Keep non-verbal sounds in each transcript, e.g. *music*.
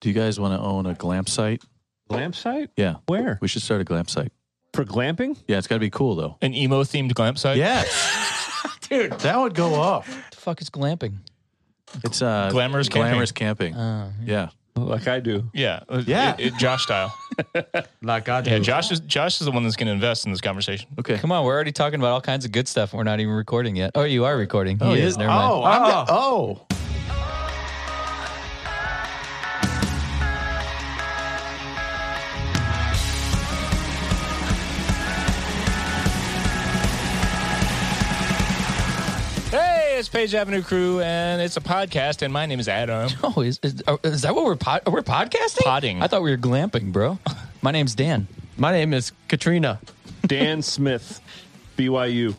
Do you guys want to own a glamp site? Glamp site? Yeah. Where? We should start a glamp site. For glamping? Yeah, it's got to be cool though. An emo themed glamp site? Yes. Dude, that would go off. The fuck is glamping? It's uh Glamorous camping. glamorous camping. Uh, yeah. Like I do. Yeah. uh, It- Yeah. it- it- Josh style. Like I do. Yeah. Josh is Josh is the one that's going to invest in this conversation. Okay. Come on, we're already talking about all kinds of good stuff. and We're not even recording yet. Oh, you are recording. Oh, he yeah. is. Never mind. I'm Ah. not- oh. Hey, it's Page Avenue Crew, and it's a podcast, and my name is Adam. Oh, is, is, oh, is that what we're pod, we're podcasting? Podding. I thought we were glamping, bro. *laughs* My name's Dan. My name is Katrina. Dan Smith, BYU.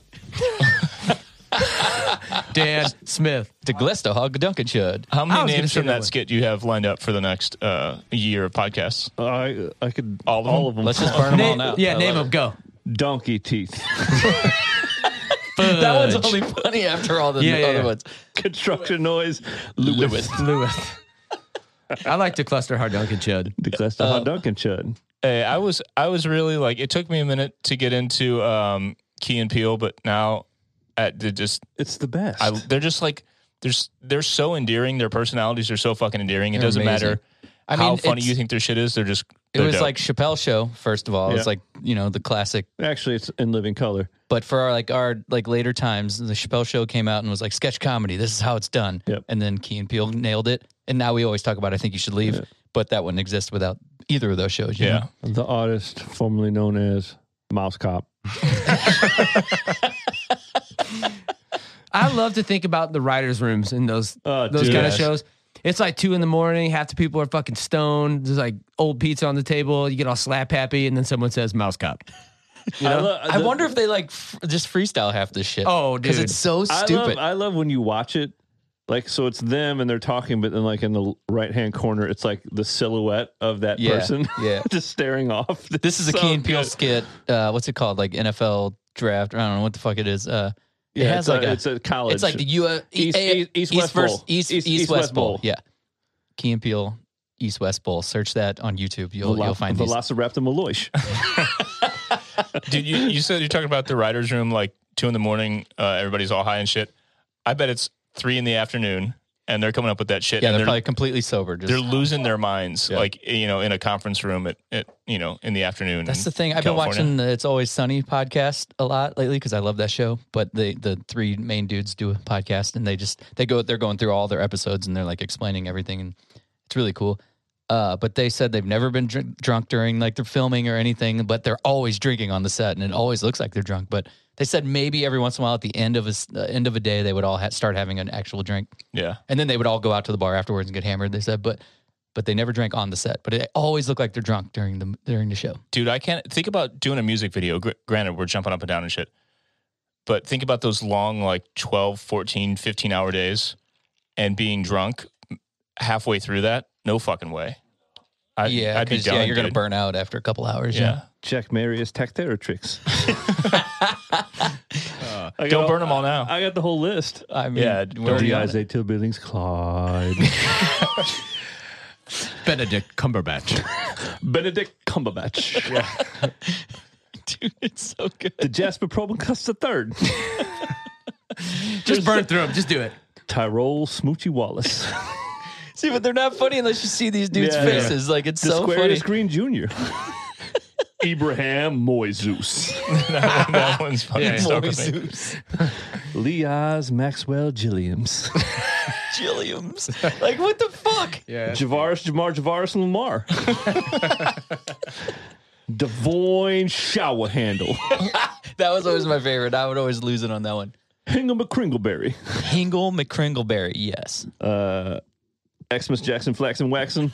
Dan Smith. To Glesto, Hog Duncan should. How I many was gonna names say from that that one. skit do you have lined up for the next uh, year of podcasts? I I could All of them? Let's just burn them all Na- now. yeah, I name love him. it. Go. donkey teeth. *laughs* That one's only funny after all the Yeah, yeah, other yeah. ones. Construction noise. Lewis. *laughs* Lewis. I like to cluster hard Duncan Chud. The Cluster Hot Dunkin' Chud. Hey, I was I was really like it took me a minute to get into um, Key and Peele, but now at the just It's the best. I, they're just like they're s- they're so endearing. Their personalities are so fucking endearing. It They're doesn't amazing. matter I how mean, funny it's- you think their shit is. They're just It they're was dope. like Chappelle show, first of all. It's Yeah. like, you know, the classic. Actually, it's in living color. But for our like our like later times, the Chappelle show came out and was like sketch comedy. This is how it's done. Yep. And then Key and Peele nailed it. And now we always talk about I think you should leave. But that wouldn't exist without either of those shows. you yeah. know? The artist formerly known as Mouse Cop. I love to think about the writers' rooms in those Uh, those dude. kind of Yes. shows. It's like two in the morning. Half the people are fucking stoned. There's like old pizza on the table. You get all slap happy, and then someone says "mouse cop." I, lo- I the- wonder if they like f- just freestyle half this shit. Oh, Because dude. it's so I love, stupid. I love when you watch it. Like, so it's them and they're talking, but then, like, in the right hand corner, it's like the silhouette of that Yeah, person *laughs* yeah. just staring off. This is a So Key and Peele good. skit. Uh, what's it called? Like NFL draft. I don't know what the fuck it is. Uh, it Yeah, it's, has like a, a, Oh, it's a college. it's like the U uh, East- A- East- East West versus- Bowl. East, East- East, East West, West Bowl. Bowl. Yeah, Key and Peele East West Bowl. Search that on YouTube. You'll Velo- you'll find these. Velociraptor Maloish. Dude, you, you said you're talking about the writers' room like two in the morning. Uh, everybody's all high and shit. I bet it's three in the afternoon, and they're coming up with that shit. Yeah, and they're, probably completely sober. Just they're losing their minds, Yeah. like you know, in a conference room at, at you know in the afternoon. that's in the thing. I've California. been watching the It's Always Sunny podcast a lot lately because I love that show. But the the three main dudes do a podcast and they just they go they're going through all their episodes and they're like explaining everything and it's really cool. Uh, but they said they've never been dr- drunk during like the filming or anything, but they're always drinking on the set, and it always looks like they're drunk. But they said maybe every once in a while at the end of a s- uh, end of a day they would all ha- start having an actual drink, Yeah, and then they would all go out to the bar afterwards and get hammered. They said, but but they never drank on the set, but it always looked like they're drunk during the during the show. dude, I can't think about doing a music video. Gr- granted, we're jumping up and down and shit, but think about those long like 12, 14, 15 hour days, and being drunk halfway through that. No fucking way. I, yeah, I'd be 'cause, done. yeah, you're gonna dude. burn out after a couple hours. Yeah, Yeah, Jack Marius *laughs* Tacteratrix. I don't got- burn them all now. I got the whole list. I mean, Yeah, where don't are you The on it? Isaiah Till Billings *laughs* Clyde. Benedict Cumberbatch. Benedict *laughs* Cumberbatch. dude, *laughs* it's so good. The Jasper Probencuster third. Just burn through him. Just do it. Tyrol Smoochie Wallace. *laughs* See, but they're not funny unless you see these dudes' Yeah. faces. Like it's The so funny. Squarius Green *laughs* Jr. Ibrahim Moisus. that, one- *laughs* that one's fucking Yeah, yeah. stuck with me. Moises Leaz Maxwell Gilliams. Gilliams. Like what the fuck? Yeah. Javaris, Jamar, Javaris, and Lamar. *laughs* Devoyne Shower Handle. That was always my favorite. I would always lose it on that one. Hingham McCringleberry. Hingle McCringleberry. Yes. Uh, Xmas Jackson Flaxen Waxen.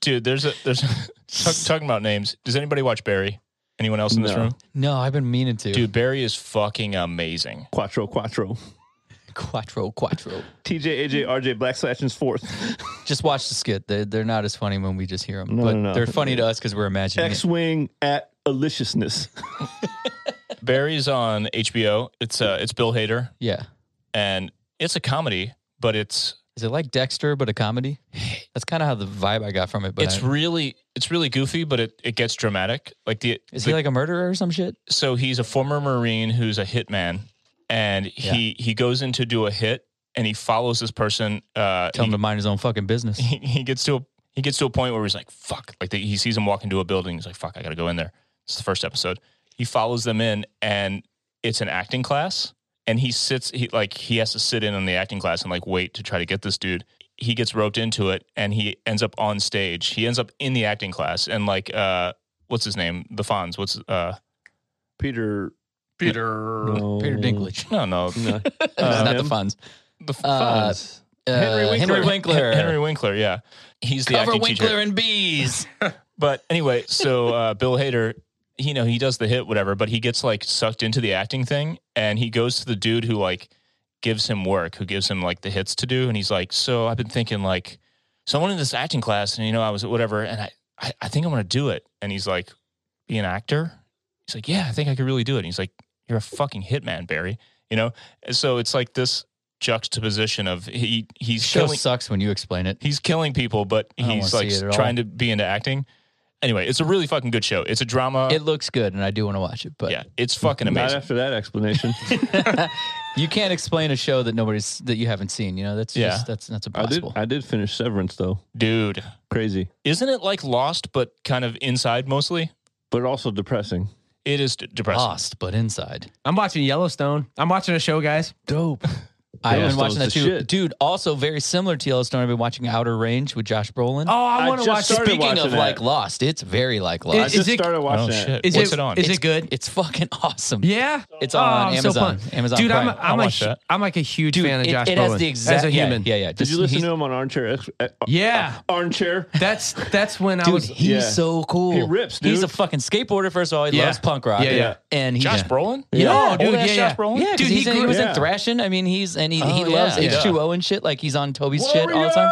dude. There's a there's talk, talking about names. Does anybody watch Barry? Anyone else in this No. room? No, I've been meaning to. Dude, Barry is fucking amazing. Quattro Quattro. Quattro, quattro. TJ, AJ, RJ, Black Slashins fourth. Just watch the skit. They're, they're not as funny when we just hear them, No, but no, no. they're funny to us because we're imagining X it. Wing at Aliciousness. Barry's on HBO. It's uh it's Bill Hader Yeah. and it's a comedy, but it's Is it like Dexter but a *sighs* comedy? That's kind of how the vibe I got from it. But it's I- really it's really goofy, but it, it gets dramatic. Like the is the- he like a murderer or some shit? so he's a former marine who's a hitman, and he he goes in to do a hit, and he follows this person. Uh, Tell he, him to mind his own fucking business. *laughs* he, he gets to a he gets to a point where he's like, "Fuck!" Like the, he sees him walk into a building. He's like, "Fuck! I gotta go in there." It's the first episode. He follows them in, and it's an acting class. And he sits, he like he has to sit in on the acting class and like wait to try to get this dude. He gets roped into it, and he ends up on stage. He ends up in the acting class, and like, uh, what's his name? The Fonz. What's uh, Peter. Peter? No. *laughs* Peter *laughs* Dinklage. No, no, No. it's not the Uh, him? funds. the Uh, Fonz. Uh, Henry Winkler. Henry Winkler. Yeah, he's the Cover acting teacher. Winkler and bees. But anyway, so uh, *laughs* Bill Hader, you know, he does the hit, whatever, but he gets like sucked into the acting thing and he goes to the dude who like gives him work, who gives him like the hits to do. And he's like, So I've been thinking, like, so I went in this acting class and, you know, I was whatever, and I, I, I think I'm going to do it. And he's like, Be an actor? He's like, Yeah, I think I could really do it. And he's like, You're a fucking hitman, Barry, you know? And so it's like this juxtaposition of he, he's *laughs* Show killing, sucks when you explain it. he's killing people, but I don't he's wanna like see it at trying to all. be into acting. Anyway, it's a really fucking good show. It's a drama. It looks good, and I do want to watch it, but yeah, it's fucking Not amazing. after that explanation. you can't explain a show that nobody's that you haven't seen. You know, that's Yeah. just, that's that's I did. impossible. I did finish Severance though. Dude, Crazy, isn't it like Lost, but kind of inside mostly? but also depressing. It is d- depressing. Lost, but inside. I'm watching Yellowstone. I'm watching a show, guys. *laughs* Dope. I've been Yellowstone's watching that the too, shit. dude. Also, very similar to Yellowstone. I've been watching Outer Range with Josh Brolin. Oh, I I want to just watch. started Speaking watching of that. like Lost, it's very like I Lost. is just it- started Oh, watching that. shit. Is What's it- it, on? is It's- it good? It's fucking awesome. yeah, Oh, It's on I'm Amazon. pumped. Amazon Dude, I'm a, Prime. I'll I'm a, watch hu- that. I'm like a huge Dude, fan of it, Josh it Brolin has the exact as a yeah, human. Yeah, yeah. Did Just- you listen he's- to him on Armchair? Ex- uh, Yeah. uh, Armchair. That's that's when I Dude, was. he's Yeah. so cool. He rips, He's a dude. fucking skateboarder. First of all, he Yeah. loves punk rock. Yeah, yeah. And he, Josh yeah. Brolin? Yeah, dude, Old ass yeah, Josh yeah. Brolin? Yeah, Dude, dude, he, he he grew- was Yeah. in Thrashing. I mean, he's and he, he Oh, loves yeah. H2O and shit. Like he's on Toby's shit all the time.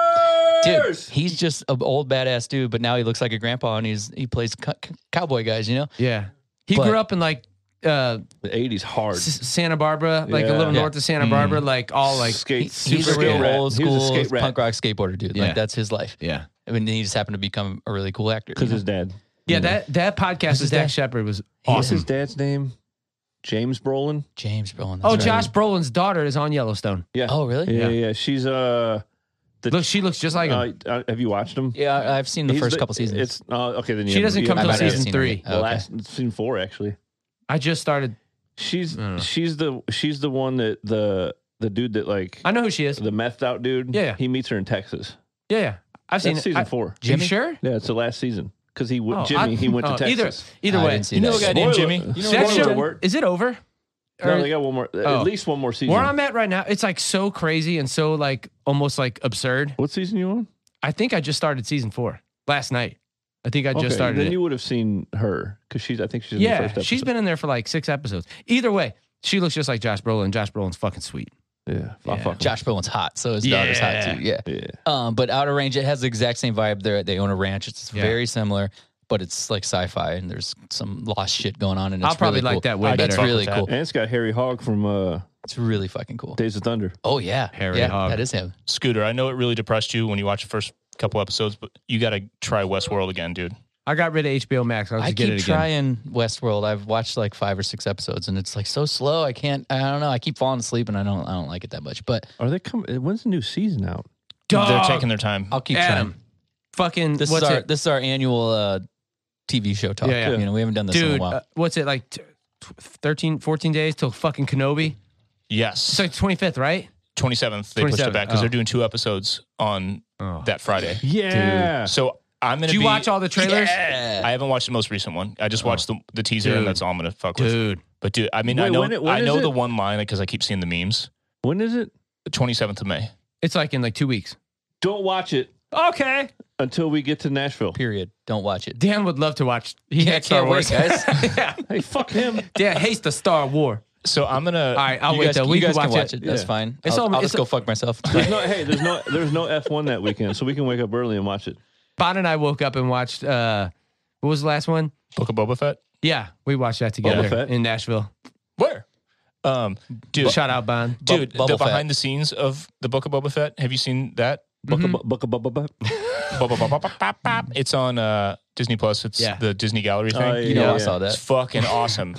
Dude, Warriors! he's just an old badass dude, but now he looks like a grandpa and he's he plays co- co- cowboy guys, you know? Yeah, he But- grew up in like uh, The '80s hard. S- Santa Barbara, like a Yeah. little Yeah. north of Santa Barbara, like all like. He- skate. he's a super real skate rat. old He was a school skate rat. punk rock skateboarder dude. Yeah. Like that's his life. Yeah, I mean, he just happened to become a really cool actor. you Because know? his dad. yeah. That that podcast What's with his Dak name? Shepard was What's awesome. his dad's name? James Brolin. James Brolin. Oh, that's right. Josh Brolin's daughter is on Yellowstone. Yeah. Oh, really? Yeah, Yeah. yeah. She's uh, Look, she looks just like him. uh, uh, have you watched him? Yeah, I- I've seen the He's first couple seasons. It's uh, okay. Then you She haven't- doesn't you come I till haven't might not have season seen it three. yet. The Oh, Okay. last season four actually. I just started. She's I don't know. she's the she's the one that the the dude that like I know who she is. the methed out dude. Yeah, yeah. he meets her in Texas. Yeah, yeah. I've seen That's it. season I- four. You Jimmy? sure? Yeah, it's the last season because he went Oh, Jimmy. I- he went oh, to Texas. *laughs* I Either either way, didn't see You know that. a guy named Spoiler. Jimmy? You know that Spoiler show alert. is it over? No, Or- they got one more, Oh. at least one more season. where I'm at right now, it's like so crazy and so like almost like absurd. what season you on? I think I just started season four last night. I think I just started Then it. you would have seen her because she's. I think she's. in the yeah, first episode. she's been in there for like six episodes. Either way, she looks just like Josh Brolin. Josh Brolin's fucking sweet. Yeah, I Yeah. fuck her. Josh Brolin's hot, so his daughter's hot too. Yeah. Yeah. Um, but Outer Range, it has the exact same vibe. There, they own a ranch. It's Yeah. very similar, but it's like sci-fi, and there's some lost shit going on. And it's I'll probably really like cool. that way I better. It's fuck with really that. cool. And it's got Harry Hogg from uh, It's really fucking cool. Days of Thunder. Oh yeah, Harry yeah, Hog. that is him. Scooter, I know it really depressed you when you watched the first couple episodes, but you got to try Westworld again, dude. I got rid of HBO Max. I'll just I get keep it again. trying Westworld. I've watched like five or six episodes, and it's like so slow. I can't. I don't know. I keep falling asleep, and I don't. I don't like it that much. But Are they coming? When's the new season out? Dog, They're taking their time. I'll keep Adam. trying. Fucking This what's is our it, this is our annual uh, TV show talk. Yeah, yeah. You know, we haven't done this in a dude? while. uh, what's it like? T- tw- 13, 14 days till fucking Kenobi. It's yes. like twenty fifth, right? 27th, they pushed 27th, it back because oh. they're doing two episodes on Oh. that Friday. Yeah. So I'm going to Did you be, watch all the trailers? Yeah. I haven't watched the most recent one. I just watched the, the teaser, Dude. and that's all I'm going to fuck with. Dude, But dude, I mean, I Wait, know, when it- when I is know it? the one line because I keep seeing the memes. When is it? The 27th of May. it's like in like two weeks. Don't watch it Okay. until we get to Nashville. Period. Don't watch it. Dan would love to watch. He Yeah, hates Star can't wait, *laughs* Wars. guys. *laughs* yeah. Hey, fuck him. Dan hates the Star War. So I'm gonna. All right, I'll you wait guys, though. We you can guys watch, can watch it. it. That's Yeah. fine. It's I'll, all- I'll it's just go fuck *laughs* myself. There's no, hey, there's no, there's no F1 that weekend, so we can wake up early and watch it. Bon and I woke up and watched. uh What was the last one? Book of Boba Fett. Yeah, we watched that together Fett? in Nashville. Where? Um, dude, Shout out Bond. dude, Bub- the Bubble Fett. behind the scenes of the Book of Boba Fett. Have you seen that? Mm-hmm. Bucka- bu- bucka- bu- bu- bu- Bop, bop, bop, bop, bop, bop. it's on uh, Disney Plus. It's Yeah. the Disney Gallery thing. Oh, You know, Yeah, I yeah. saw It's that. fucking awesome.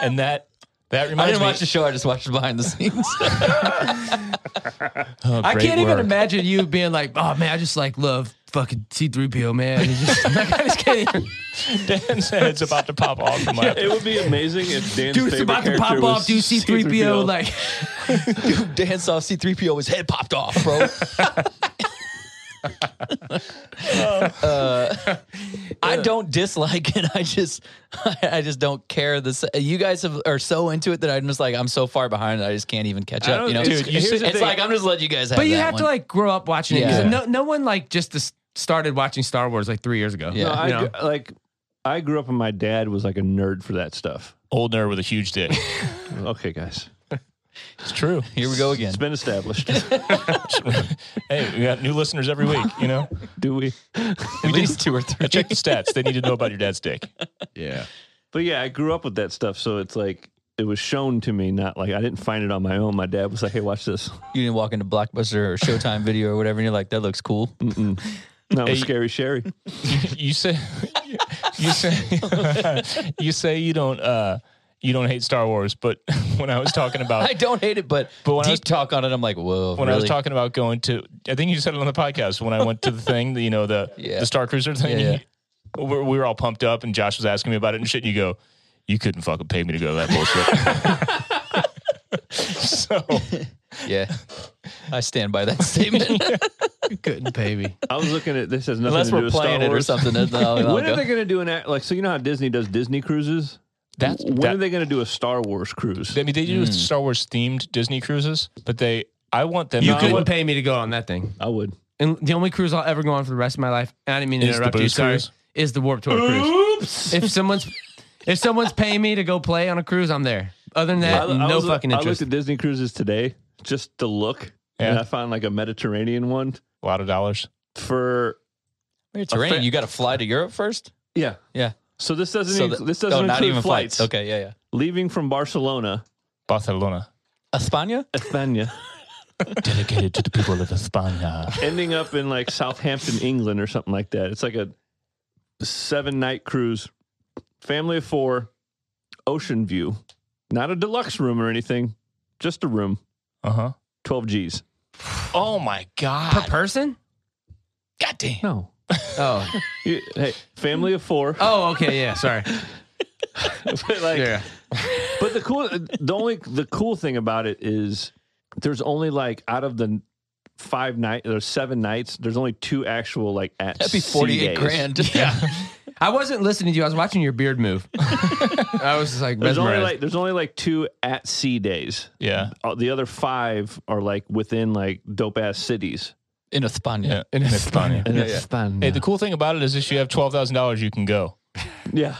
and that that I reminds didn't me. watch the show. I just watched *laughs* behind the scenes. Oh, I great can't even work. *laughs* imagine you being like, oh man, I just like love fucking C3PO, man. And you just, *laughs* like, I just can't even- Dan's head's about to pop off. From my It would be amazing if Dan's Dude, it's favorite about to character pop was off, dude. C3PO, like, *laughs* Dude, Dan saw C3PO, his head popped off, bro. Uh, I don't dislike it. I just, I just don't care. This you guys have, are so into it that I'm just like I'm so far behind that I just can't even catch up. don't- You know, dude, it's, you said- it's like I'm just letting you guys have. but you that have one. to like grow up watching it. 'cause Yeah. No, no one like just dis- started watching Star Wars like three years ago. Yeah. No, I, You know? gr- like I grew up and my dad was like a nerd for that stuff. old nerd with a huge dick. Okay, guys, It's true. Here we go again. it's been *laughs* established. hey, we got new listeners every week. You know, Do we? At least two *laughs* or three. check the stats. They need to know about your dad's dick. Yeah. But yeah, I grew up with that stuff, so it's like it was shown to me. Not like I didn't find it on my own. My dad was like, "Hey, watch this." *laughs* You didn't walk into Blockbuster or Showtime Video or whatever, and you're like, that looks cool. Mm-mm. That was Hey. scary, Sherry. You say, you say, you say you don't. Uh, you don't hate Star Wars, but when I was talking about I don't hate it, but, But when I deep was- talk on it, I'm like, whoa. when I was really? talking about going to, I think you said it on the podcast when I went to the thing, the, you know, the Yeah. the Star Cruiser thing. Yeah, yeah. you- we we were all pumped up, and Josh was asking me about it and shit. And you go, you couldn't fucking pay me to go to that bullshit. *laughs* so yeah, I stand by that *laughs* statement. *laughs* couldn't pay me. I was looking at this has nothing Unless to do we're with Star playing it or Wars. *laughs* something. Then uh, I'll, I'll When are go. they going to do an act? Like, so you know how Disney does Disney cruises? that's when that- are they going to do a Star Wars cruise? I mean, they do Star Wars themed Disney cruises, but they, I want them. You to- couldn't pay me to go on that thing. I would. And the only cruise I'll ever go on for the rest of my life, and I didn't mean to Is the interrupt you, booze sorry, cruise? is the Warp Tour *laughs* cruise. Oh, If someone's if someone's paying me to go play on a cruise, I'm there. Other than that, I, I no was- fucking I interest. looked at Disney cruises today just to look, and Yeah. I found like a Mediterranean one a lot of dollars. for Terrain, you got to fly to Europe first. yeah Yeah. So this doesn't So inc- that- this doesn't oh, include not even flights. flights. Okay, yeah, yeah. Leaving from Barcelona, Barcelona. *laughs* España. España, *laughs* Dedicated to the people of España. ending up in like Southampton, England, or something like that. It's like a seven night cruise, family of four, ocean view, not a deluxe room or anything, just a room, Uh huh. twelve G's. Oh my per God. person? God damn. No. Oh. You, hey, family of *laughs* four. Oh, okay, yeah, sorry. Oh, but *laughs* like, Yeah. but the cool, the only the cool thing about it is there's only like out of the five night there's seven nights there's only two actual like at That'd be sea forty-eight days. grand. Yeah. I wasn't listening to you. I was watching your beard move. I was just like, There's only mesmerized. like there's only like two at sea days. Yeah. Uh, The other five are like within like dope ass cities. in España. Yeah. In España. Yeah, Hey, the cool thing about it is if you have twelve thousand dollars, you can go. Uh,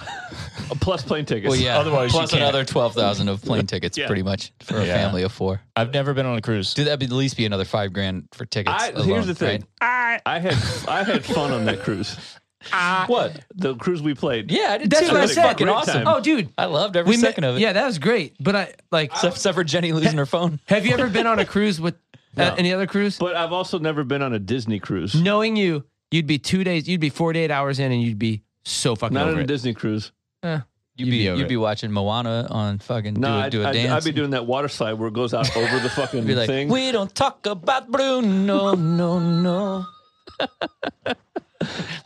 plus plane tickets. Well, yeah. Otherwise you plus can't. another twelve thousand of *laughs* plane tickets, Yeah. pretty much for a Yeah. family of four. I've never been on a cruise. Dude, that'd be at least be another five grand for tickets. I, alone, here's the thing. right? I had I had fun on that *laughs* cruise. What? The cruise we played. Yeah, I did too. That's what I It was said. Fucking Great awesome. time. Oh, dude. I loved every met- second of it. Yeah, that was great. But I like Except, except for Jenny losing her phone. have you ever been on a cruise with uh, any other cruise? But I've also never been on a Disney cruise. Knowing you, you'd be two days, you'd be 48 hours in and you'd be so fucking Not over on a it. Disney cruise. You'd, be, You'd be over you'd it. be watching Moana on fucking No, do, a- I'd, do a I'd- dance. I'd be doing that water slide where it goes out over the fucking Be like, thing. we don't talk about Bruno, no, no. But No,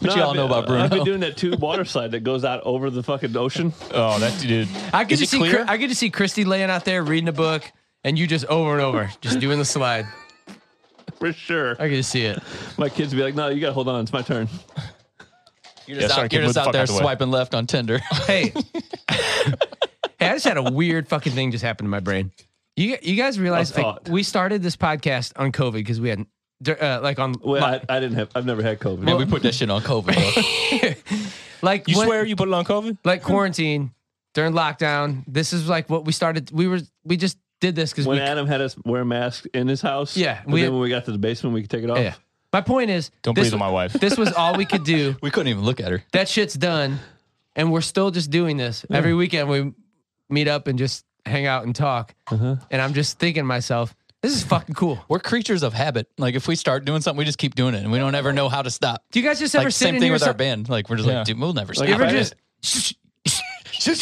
you I'd all be- know about I'd be Bruno. doing that tube water slide that goes out over the fucking ocean. Oh, that dude. I could Is just it see clear? I could just see Christy laying out there reading a book and you just over and over just doing the slide. For sure. I could just see it. My kids would be like, no, you gotta hold on. It's my turn. You're just sorry, out, kid, you're move just the out fuck there out the way. swiping left on *laughs* Tinder. Hey. *laughs* hey, I just had a weird fucking thing just happen to my brain. You you guys realize A like, thought. we started this podcast on COVID because we had uh, like on Well, I, I didn't have, I've never had COVID. Man, we put that shit on COVID, bro. *laughs* like You when- swear you put it on COVID? like quarantine during lockdown. This is like what we started. We were we just did this because when we Adam had us wear masks in his house. Yeah, But we- then when we got to the basement, we could take it off. yeah. My point is, Don't this, breathe on my wife. *laughs* This was all we could do. We couldn't even look at her. That shit's done, and we're still just doing this every weekend. We meet up and just hang out and talk. Uh-huh. And I'm just thinking to myself, this is fucking cool. We're creatures of habit. Like if we start doing something, we just keep doing it, and we don't ever know how to stop. Do you guys just ever Like sit same in thing here with our some- band. Like we're just Yeah. like, dude, we'll never Like, stop. You ever I- just sorry,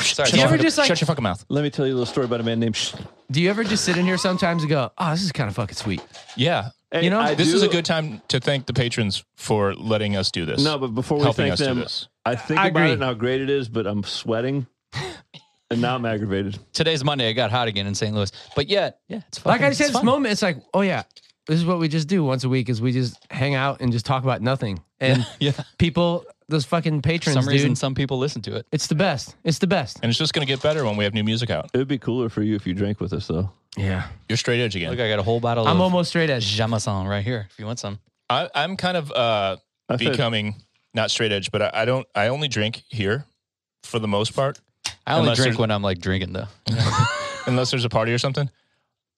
sorry. You Shut ever your- just, like- shut your fucking mouth. Let me tell you a little story about a man named. Sh- do you ever just sit in here sometimes and go, oh, this is kind of fucking sweet? Yeah, You know, I this do- is a good time to thank the patrons for letting us do this. No, but before we helping thank us do them, this. I think I about agree. it and how great it is, but I'm sweating, and now I'm aggravated. Today's Monday. I got hot again in St. Louis, but yet, yeah, it's fucking, Like I just had it's this fun. moment, it's like, oh yeah, this is what we just do once a week is we just hang out and just talk about nothing. And Yeah. people, those fucking For patrons, some dude, reason, some people listen to it. it's the best. It's the best. and it's just going to get better when we have new music out. It would be cooler for you if you drank with us, though. Yeah. You're straight edge again. Look, I got a whole bottle I'm of almost straight edge. Jameson right here. If you want some, I, I'm kind of uh, I think becoming not straight edge, but I, I don't. I only drink here for the most part, I only Unless drink there's- when I'm like drinking though. unless there's a party or something.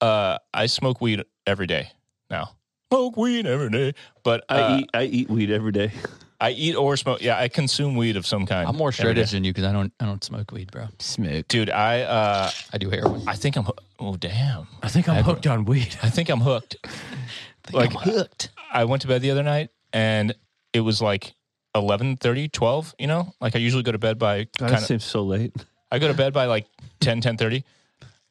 Uh, I smoke weed every day now. Smoke weed every day, but I uh, eat I eat weed every day. I eat or smoke. Yeah, I consume weed of some kind. I'm more every straight day. edge than you because I don't I don't smoke weed, bro. Smoke. dude. I uh, I do heroin. I think I'm. hoo- Oh damn! I think I'm hooked on weed. I think I'm hooked. like *laughs* I'm hooked. I went to bed the other night and it was like 11, 12, you know, like I usually go to bed by God, kind that of, seems so late. I go to bed by like 10, 10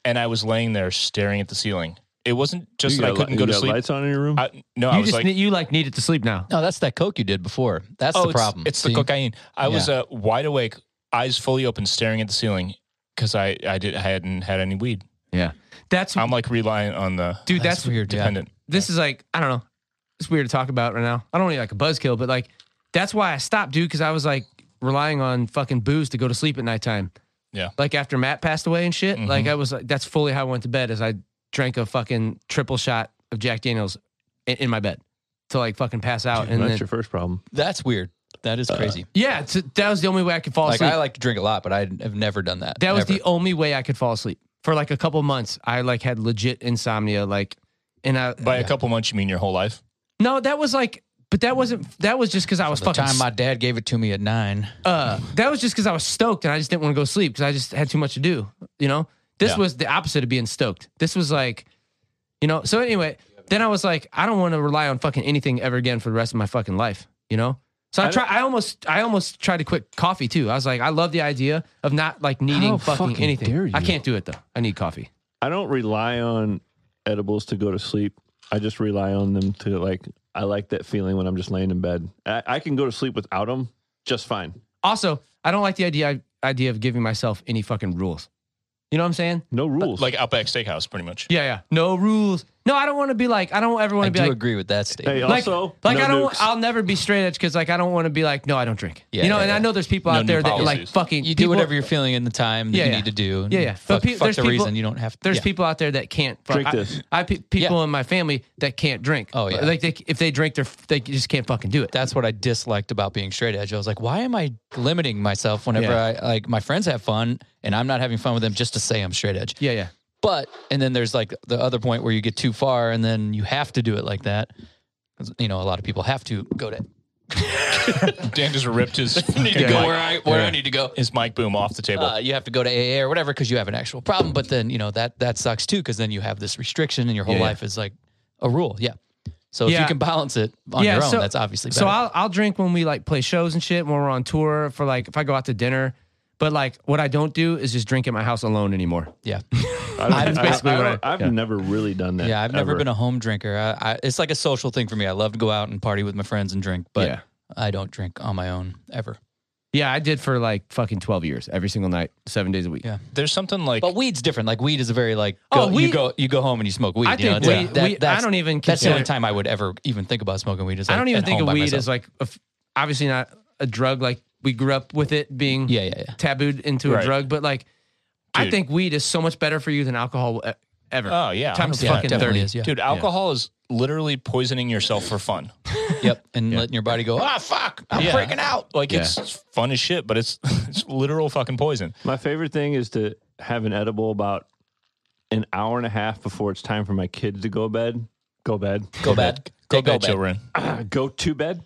And I was laying there staring at the ceiling. It wasn't just You that I got li- couldn't you go to got sleep. Lights on in your room. I, no, I You was just like, need- you like needed to sleep now. No, that's that coke you did before. That's oh, the it's- problem. It's, See? the cocaine. I was uh, wide awake, eyes fully open, staring at the ceiling because I, I did I hadn't had any weed. Yeah. That's I'm like reliant on the dude, that's, That's weird. Yeah. dependent. this is like I don't know. It's weird to talk about right now. I don't need like a buzzkill, but like that's why I stopped, dude, because I was like relying on fucking booze to go to sleep at nighttime. Yeah. Like after Matt passed away and shit, Mhm. Mm-hmm. like I was like that's fully how I went to bed is I drank a fucking triple shot of Jack Daniels in, in my bed to like fucking pass out and That's then, your first problem. That's weird. That Uh, is crazy. *laughs* yeah, it's, that was the only way I could fall like asleep. I like to drink a lot, but I have never done that. oh, that was Never. the only way I could fall asleep for like a couple months. I like had legit insomnia, like, and I By a couple months, you mean your whole life? no, that was like, but that wasn't that was just because I was the fucking time my dad gave it to me at nine. uh, that was just because I was stoked and I just didn't want to go sleep because I just had too much to do. You know, this Yeah. was the opposite of being stoked. This was like, you know. So anyway, then I was like, I don't want to rely on fucking anything ever again for the rest of my fucking life. You know. So I, I try. I almost, I almost tried to quit coffee too. I was like, I love the idea of not like needing How fucking, fucking anything. dare I you. can't do it though. I need coffee. I don't rely on edibles to go to sleep. I just rely on them to like. I like that feeling when I'm just laying in bed. I, I can go to sleep without them just fine. Also, I don't like the idea idea of giving myself any fucking rules. You know what I'm saying? No rules. Like Outback Steakhouse, pretty much. Yeah, yeah. No rules. No, I don't want to be like. I don't ever want I to be do like. agree with that statement. hey, like, also, like no I don't, nukes. I'll never be straight edge because like I don't want to be like, no, I don't drink. Yeah, you know, yeah, and I yeah. know there's people No out new there that like policies. fucking. you do people- whatever you're feeling in the time that Yeah, you yeah. need to do. and Yeah, yeah. But Fuck, pe- fuck there's the people- reason you don't have to. There's yeah. people out there that can't fuck. Drink I- this. I, pe- people in my family that can't drink. Oh, yeah. Like they, if they drink, they they just can't fucking do it. That's what I disliked about being straight edge. I was like, why am I limiting myself whenever Yeah. I like my friends have fun and I'm not having fun with them just to say I'm straight edge. yeah, yeah. But and then there's like the other point where you get too far and then you have to do it like that. 'Cause, You know, a lot of people have to go to Dan just ripped his *laughs* need to mic- go where I where Yeah. I need to go. his mic boom off the table. Uh, you have to go to AA or whatever because you have an actual problem. But then you know that that sucks too because then you have this restriction and your whole Yeah, yeah. life is like a rule. Yeah. So if Yeah. you can balance it on Yeah, your own, so- that's obviously better. So I'll I'll drink when we like play shows and shit when we're on tour for like if I go out to dinner. But like what I don't do is just drink at my house alone anymore. yeah. *laughs* I don't- That's I- basically I what I- don't- I've yeah. never really done that. Yeah, I've never ever. been a home drinker. I, I, it's like a social thing for me. I love to go out and party with my friends and drink, but Yeah. I don't drink on my own ever. Yeah, I did for like fucking twelve years, every single night, seven days a week. Yeah. There's something like But weed's different. Like weed is a very like Oh, go, weed- you go you go home and you smoke weed. I you think know? It's weed- like, that- weed- I that's- don't even That's the only consider- time I would ever even think about smoking weed. Is like I don't even at think home by of weed myself. as like a f obviously not a drug. Like we grew up with it being yeah yeah yeah. tabooed into a Right. drug, but like I Dude. think weed is so much better for you than alcohol will e- ever. oh yeah, Times Yeah, it fucking definitely thirty. is, yeah. Dude, alcohol is literally poisoning yourself for fun. Yep, and letting your body go. Ah, fuck! I'm Yeah. freaking out. Like it's fun as shit, but it's *laughs* it's literal fucking poison. My favorite thing is to have an edible about an hour and a half before it's time for my kids to go bed. Go bed. Go bad. Go go back, bad. children. *clears throat* go to bed.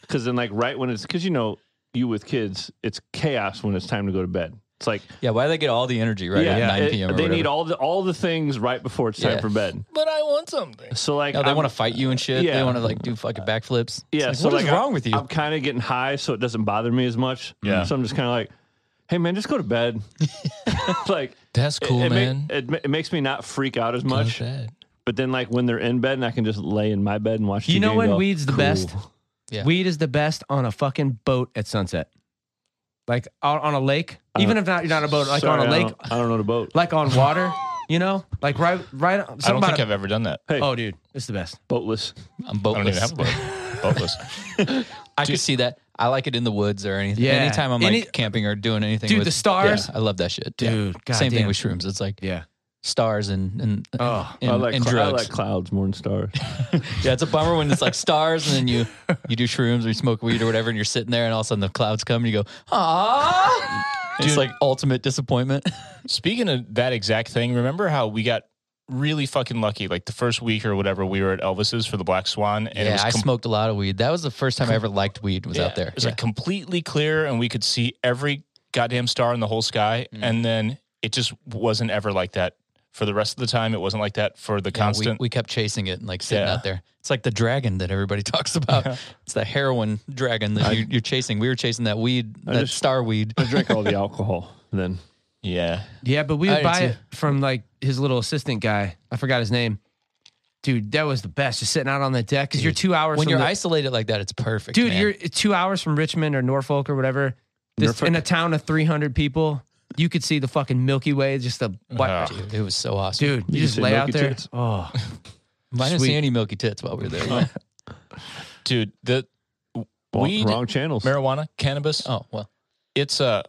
Because then, like, right when it's because you know you with kids, it's chaos when it's time to go to bed. It's It's like Yeah, why do they get all the energy right yeah, at 9 it- p.m. or they whatever? need all the all the things right before it's time Yeah. for bed. But I want something. So like No, they I'm- want to fight you and shit. yeah. They want to like do fucking backflips. Yeah, It's so like, what is like, I- wrong with you? I'm kind of getting high, so it doesn't bother me as much. Yeah. So I'm just kind of like, hey man, just go to bed. *laughs* like That's cool, it, it ma- man. it, ma- it makes me not freak out as Not much. bad. But then like when they're in bed and I can just lay in my bed and watch. You TV know and when go, weed's the best? Yeah. Weed is the best on a fucking boat at sunset. Like out on a lake, even if not you're not on a boat, like Uh, Sorry, on a I lake, don't- I don't know the boat. like on water, *laughs* you know? Like right right I don't something think about I've ever done that. Hey, a, Oh dude, it's the best. boatless. I'm I don't even have boatless. a boat. *laughs* Boatless. I could see that. I like it in the woods or anything. Yeah. Anytime I'm like Any- camping or doing anything. Dude, with, the stars. Yeah, I love that shit. Yeah. Dude, God Same thing damn. with shrooms. It's like Yeah. stars and and, Oh, and, I like and cl- I drugs. like clouds more than *laughs* stars. yeah, it's a bummer when it's like stars and then you you do shrooms or you smoke weed or whatever and you're sitting there and all of a sudden the clouds come and you go, ah. It's Dude. like ultimate disappointment. Speaking of that exact thing, remember how we got really fucking lucky? Like the first week or whatever, we were at Elvis's for the Black Swan, and it yeah, was I com- smoked a lot of weed. That was the first time I ever liked weed was yeah, out there. It was Yeah. like completely clear, and we could see every goddamn star in the whole sky. Mm. And then it just wasn't ever like that for the rest of the time. It wasn't like that for the Yeah, constant. We, we kept chasing it and like sitting Yeah. out there. It's like the dragon that everybody *laughs* talks about. It's the heroin dragon that you, you're chasing. We were chasing that weed, that just- star weed. I drank all the alcohol then. yeah, Yeah, but we I would did buy too. it from like his little assistant guy. I forgot his name. Dude, that was the best. Just sitting out on the deck because you're two *laughs* hours When from you're the- isolated like that, it's perfect. *laughs* dude man. you're two hours from richmond or norfolk or whatever this, Norfolk. in a town of 300 people you could see the fucking milky way just a Oh. what, Dude, it was so awesome. dude you, You just see lay out Milky there Tits? oh Might not sweet. see any milky tits while we were there. right? dude. The Wrong- Weed- wrong channels. marijuana, cannabis. oh well, It's uh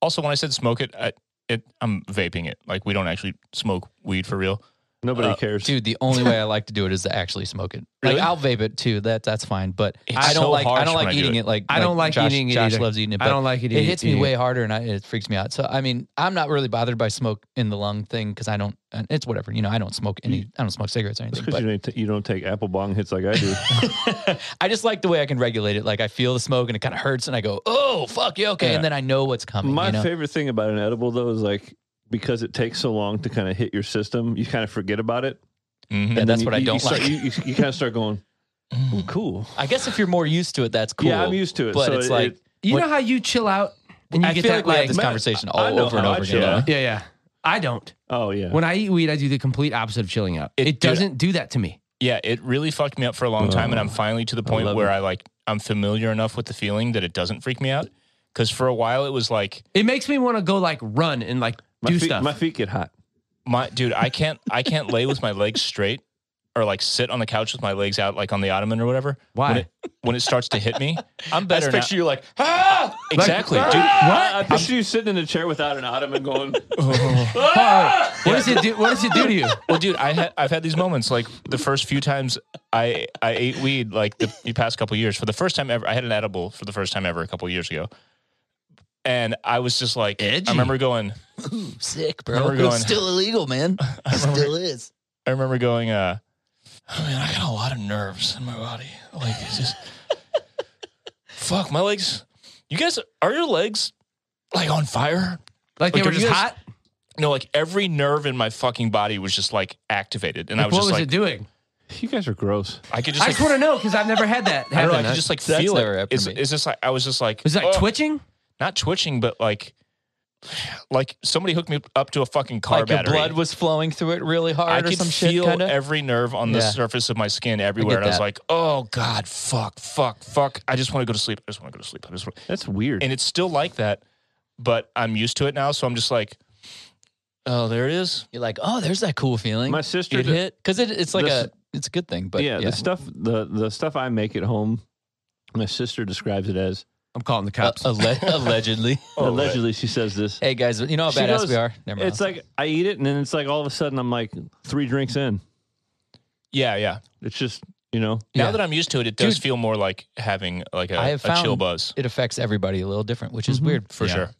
also when I said smoke it, I, it I'm vaping it. Like we don't actually smoke weed for real. Nobody Uh, cares. Oh, dude, the only way I like to do it is to actually smoke it. Really? Like I'll vape it too. That that's fine. But It's I don't so like I harsh don't when like I do eating it. it. like I don't like Josh, eating it Josh either. loves eating it. i but don't like it it either- hits me either. way harder and I, it freaks me out. So I mean, I'm not really bothered by smoke in the lung thing because I don't. and It's whatever, you know. I don't smoke any. I don't smoke cigarettes or anything. because But you, don't ta- you don't take apple bong hits like I do. *laughs* I just like the way I can regulate it. Like I feel the smoke and it kind of hurts, and I go, "Oh fuck, you okay?" Yeah. And then I know what's coming. My you know? favorite thing about an edible though is like because it takes so long to kind of hit your system, you kind of forget about it. Mhm. Yeah, And that's you- what I you- don't you start- like. You, you, you kind of start going, "Ooh, cool. I guess if you're more used to it, that's cool. Yeah, I'm used to it. But so it's it- like it- you What- know how you chill out and you I get feel that like we have like this Man, conversation all I know over and how over I again. chill though. out. yeah yeah i don't oh yeah. when i eat weed i do the complete opposite of chilling out it, It- dude, doesn't do that to me Yeah, it really fucked me up for a long time, and Oh. I'm finally to the point love where it. I like I'm familiar enough with the feeling that it doesn't freak me out. Because for a while it was like it makes me want to go like run and like my do feet, stuff my feet get hot. my dude, I can't I can't lay with my legs straight or like sit on the couch with my legs out like on the ottoman or whatever. When why it, when it starts to hit me, I'm I better just now. picture you like, ah! Exactly, dude. Ah, I picture you sitting in a chair without an ottoman *laughs* going. what does it do what does it do to you Well, dude, I had I've had these moments like the first few times I I ate weed like the, *laughs* the past couple years for the first time ever. I had an edible for the first time ever a couple years ago, and I was just like, Edgy. I remember going, Sick, I bro. remember It's going- still illegal, *laughs* man. It still is. I remember going, uh, oh man, I got a lot of nerves in my body. Like it's just, *laughs* fuck my legs. You guys, are your legs like on fire? like they Like, were have you just guys- hot No, like every nerve in my fucking body was just like activated, and I what was was just like, it doing You guys are gross. I could just, I like, just want to know because I've never had that. I don't happen. know, I could just like That's feel never it. happened It's, to me. it's just like I was just like, was it like "Oh." twitching? not twitching, but like, like somebody hooked me up to a fucking car Like battery. your blood was flowing through it really hard I or could some shit, feel kind of. every nerve on the Yeah. surface of my skin everywhere, and I was that. like, "Oh God, fuck, fuck, fuck! I just want to go to sleep. I just want to go to sleep. I just want." That's weird. And it's still like that, but I'm used to it now, so I'm just like, "Oh, there it is." You're like, oh, there's that cool feeling. My sister It did- hit because it, it's like This- a it's a good thing, but yeah, yeah, Uh, the stuff the the stuff I make at home. My sister describes it as I'm calling the Uh, *laughs* cops. alle- allegedly. allegedly. She says this. Hey guys, you know how She badass goes- we are. Never mind. It's like I eat it, and then it's like all of a sudden I'm like three drinks in. Yeah, yeah. It's just you know. Now Yeah. that I'm used to it, it does Dude. feel more like having like a, I have a chill found- buzz it affects everybody a little different, which is Mm-hmm. weird for sure.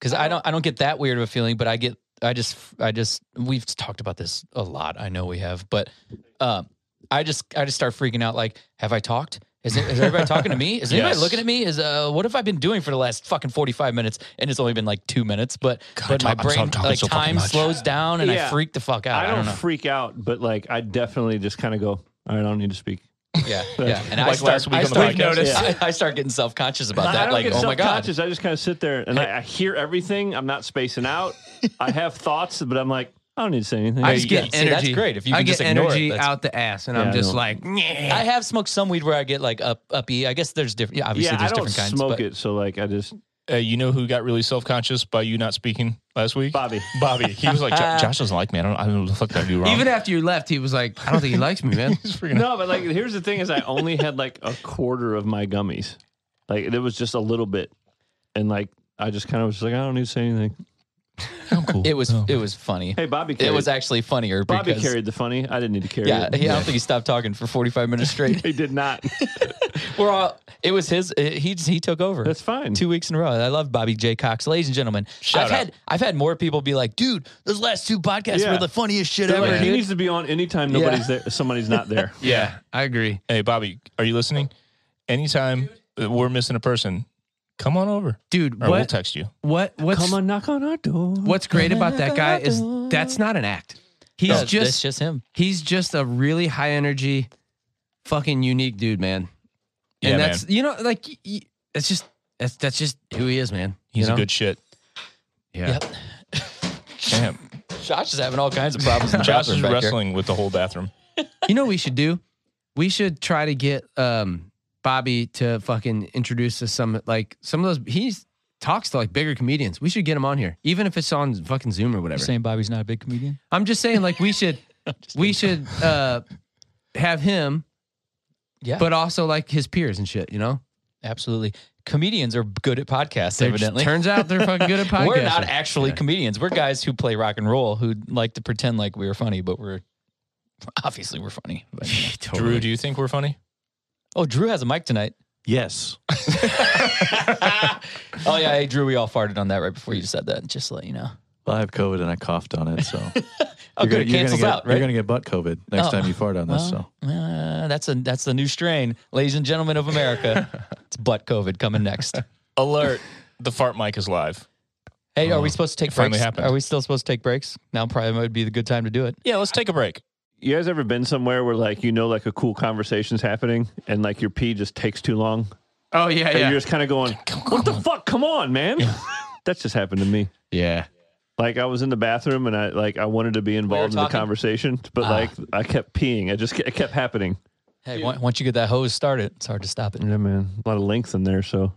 Because I don't I don't get that weird of a feeling, but I get I just I just we've talked about this a lot. I know we have, but um, I just I just start freaking out. Like, have I talked? Is, it, is everybody talking to me? *laughs* Is anybody Yes. looking at me? Is uh, what have I been doing for the last fucking forty five minutes? And it's only been like two minutes, but God, but I talk- I'm my so- brain I'm talking like so fucking time much. slows down and I Yeah. freak the fuck out. I don't, *laughs* know. freak out, but like I definitely just kind of go, all right, I don't need to speak. Yeah, yeah. And I Like start, last week I on the start, podcast. We've I, *laughs* I start getting self conscious about I that. don't Like, get oh my god, self-conscious. I just kind of sit there and I, I hear everything. I'm not spacing *laughs* out. I have thoughts, but I'm like, I don't need to say anything. I just yeah, get see, energy. that's great if you I can get just ignore it, energy that's- out the ass, and Yeah, I'm I just don't- like, "Nyeh." I have smoked some weed where I get like up uppy. I guess there's different. Yeah, obviously yeah, I there's don't different kinds. smoke but it, so like I just Uh, you know who got really self conscious by you not speaking last week? Bobby. Bobby. He was like, *laughs* "Jo- Josh doesn't like me. I don't, I don't know what the fuck I do wrong. even after you left, he was like, I don't think he likes me, man. He's freaking out. No, but like here's the thing: is I only had like a quarter of my gummies. Like there was just a little bit, and like I just kind of was like, I don't need to say anything. I'm cool. It was it was funny. Hey, Bobby. Carried, It was actually funnier Bobby because carried the funny. I didn't need to carry yeah, it. he, I don't think he stopped talking for 45 minutes *laughs* straight. he did not. We're all it was his it, he he took over. That's fine. Two weeks in a row. I love Bobby J. Cox. Ladies and gentlemen, Shout I've out. had I've had more people be like, dude, those last two podcasts Yeah. were the funniest shit They're ever. like, he dude." needs to be on anytime nobody's there. Somebody's not *laughs* there. yeah. I agree. Hey, Bobby, are you listening? Anytime that we're missing a person, come on over. Dude, Or we'll what text you. what what's Come on, knock on our door. what's great about that guy is that's not an act. He's No, that's just just him. he's just a really high energy, fucking unique dude, man. And Yeah, that's you know, like y- y- that's just that's that's just who he is, man. You He's know? a good shit. yeah. Yep. Damn. Josh is having all kinds of problems. In *laughs* the Josh bathroom is back here. wrestling with the whole bathroom. You know what we should do? We should try to get um Bobby to fucking introduce us some like some of those he's talks to like bigger comedians. We should get him on here. Even if it's on fucking Zoom or whatever. You're saying Bobby's not a big comedian? I'm just saying like we should we should uh have him Yeah. but also like his peers and shit, you know? Absolutely. Comedians are good at podcasts, They're- evidently. Turns out they're fucking good at *laughs* podcasting. We're not actually comedians. We're guys who play rock and roll who like to pretend like we were funny, but we're obviously we're funny. *sighs* But- Drew, do you think we're funny? oh, Drew has a mic tonight. Yes. Oh yeah, hey Drew, we all farted on that right before you said that. Just to let you know. Well, I have COVID and I coughed on it, so you're Oh, good. gonna- It you're cancels gonna get, out, You're right? gonna get butt COVID next Oh. time you fart on this. So Uh, that's a that's the new strain, ladies and gentlemen *laughs* of America. it's butt COVID coming next. Alert. The fart mic is live. Hey, Oh, are we supposed to take it finally breaks? happened. Are we still supposed to take breaks? Now probably would be the good time to do it. Yeah, let's take a break. You guys ever been somewhere where like you know like a cool conversation's happening and like your pee just takes too long? Oh yeah, And yeah. you're just kind of going, "What the fuck? Come on, man!" *laughs* That's just happened to me. Yeah. Like I was in the bathroom and I like I wanted to be involved in the talking- conversation, but like I kept peeing. It just it kept happening. Hey, on- once you get that hose started, it's hard to stop it. Yeah, man, a lot of length in there. So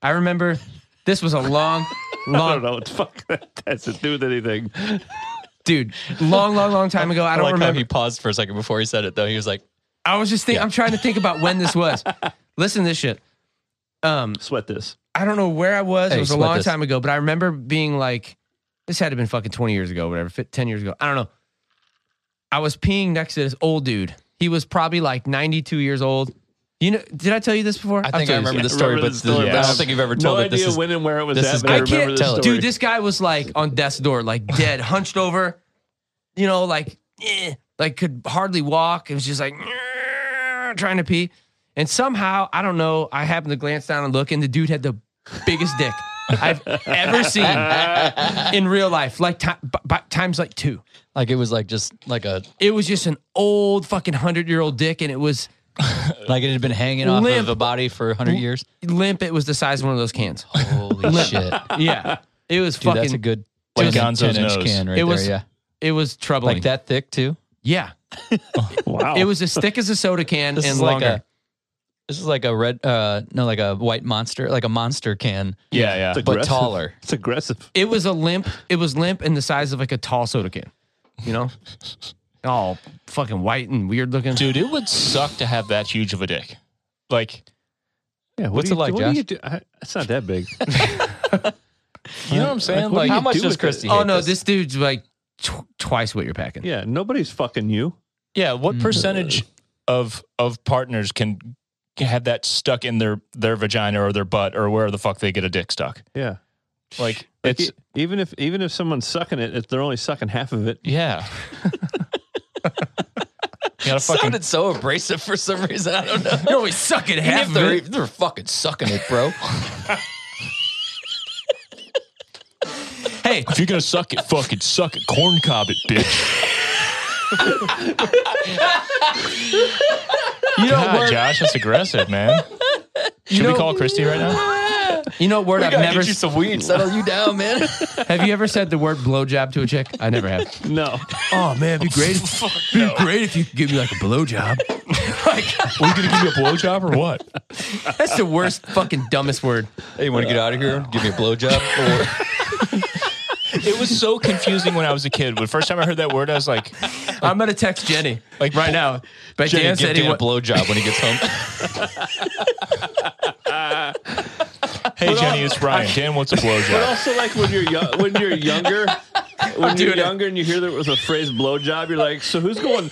I remember this was a *laughs* long, I don't long know. It's fuck *laughs* that has to do with anything. dude, long, long, long time ago. I don't like how remember. he paused for a second before he said it though. He was like, I was just thinking. I'm trying to think about when this *laughs* was. Listen to this shit. Um, Sweat this. I don't know where I was. Hey, it was a sweat long this. time ago, but I remember being like, this had to have been fucking 20 years ago, whatever, fi- 10 years ago. I don't know. I was peeing next to this old dude. He was probably like 92 years old. You know, did I tell you this before? I think I remember the this. story, Remember but the story, I don't but- think you've ever No told it. idea This is when and where it was this at, is- but I, I remember can't the tell it. story. Dude, this guy was like on death's door, like dead, hunched over, you know, like, eh, like could hardly walk. It was just like *laughs* "Nyeh," trying to pee. And somehow, I don't know, I happened to glance down and look, and the dude had the biggest dick I've ever seen in real life, like ti- b- b- times like two. like it was like just like a It was just an old fucking hundred year old dick, and it was like it had been hanging off Limp. of a body for hundred years. limp. It was the size of one of *laughs* those cans. Holy shit! Dude, Yeah, it was fucking. that's a good Like 10 Gonzo's 10 inch nose. can right It was- there. Yeah, it was troubling. like that thick too. Yeah, wow. it was as thick as a soda can This and is longer. like a this is like a red uh no like a white monster like a monster can Yeah, yeah. It's but aggressive. taller. It's aggressive. It was a limp. It was limp and the size of like a tall soda can. You know, all fucking white and weird looking. Dude, it would suck to have that huge of a dick. Like, Yeah. What What's do it you- like, what do you do- Josh? I- It's not that big. you know what I'm saying? Like, How you much do does with it? Christy? oh hate no, this? this, dude's like tw- twice what you're packing. Yeah, nobody's fucking you. yeah, what percentage of of partners can can have that stuck in their their vagina or their butt or where the fuck they get a dick stuck? Yeah. Like, Like, it's e- even if even *laughs* if someone's sucking it, if they're only sucking half of it, yeah. gotta fucking sounded so abrasive for some reason. I don't *laughs* know. You're always sucking half of they're, it. they're fucking sucking it, bro. Hey, If you're gonna suck it, fuck it, suck it, corn cob it, bitch. *laughs* you know what God, word, Josh, that's aggressive, man. Should we know- call Christy right *laughs* now? you know a word I've never. *laughs* s- some weed. Settle you down, man. Have you ever said the word blowjob to a chick? I never have. No. Oh man, it'd be great. If, it'd be great if you could give me like a blowjob. like Are you gonna give me a blowjob or what? that's the worst fucking dumbest word. Hey, you want to get out of here? Give me a blowjob? Or *laughs* It was so confusing when I was a kid. The first time I heard that word, I was like, I'm gonna text Jenny Like, like right now. But Jenny, Dan give said he Dan a wa- blowjob when he gets home. "Hey, Jenny, it's Ryan. Dan wants a But *laughs* blowjob." also, like when you're young, when you're younger, when you're Dude. younger and you hear there was a phrase "blowjob," you're like, so who's going?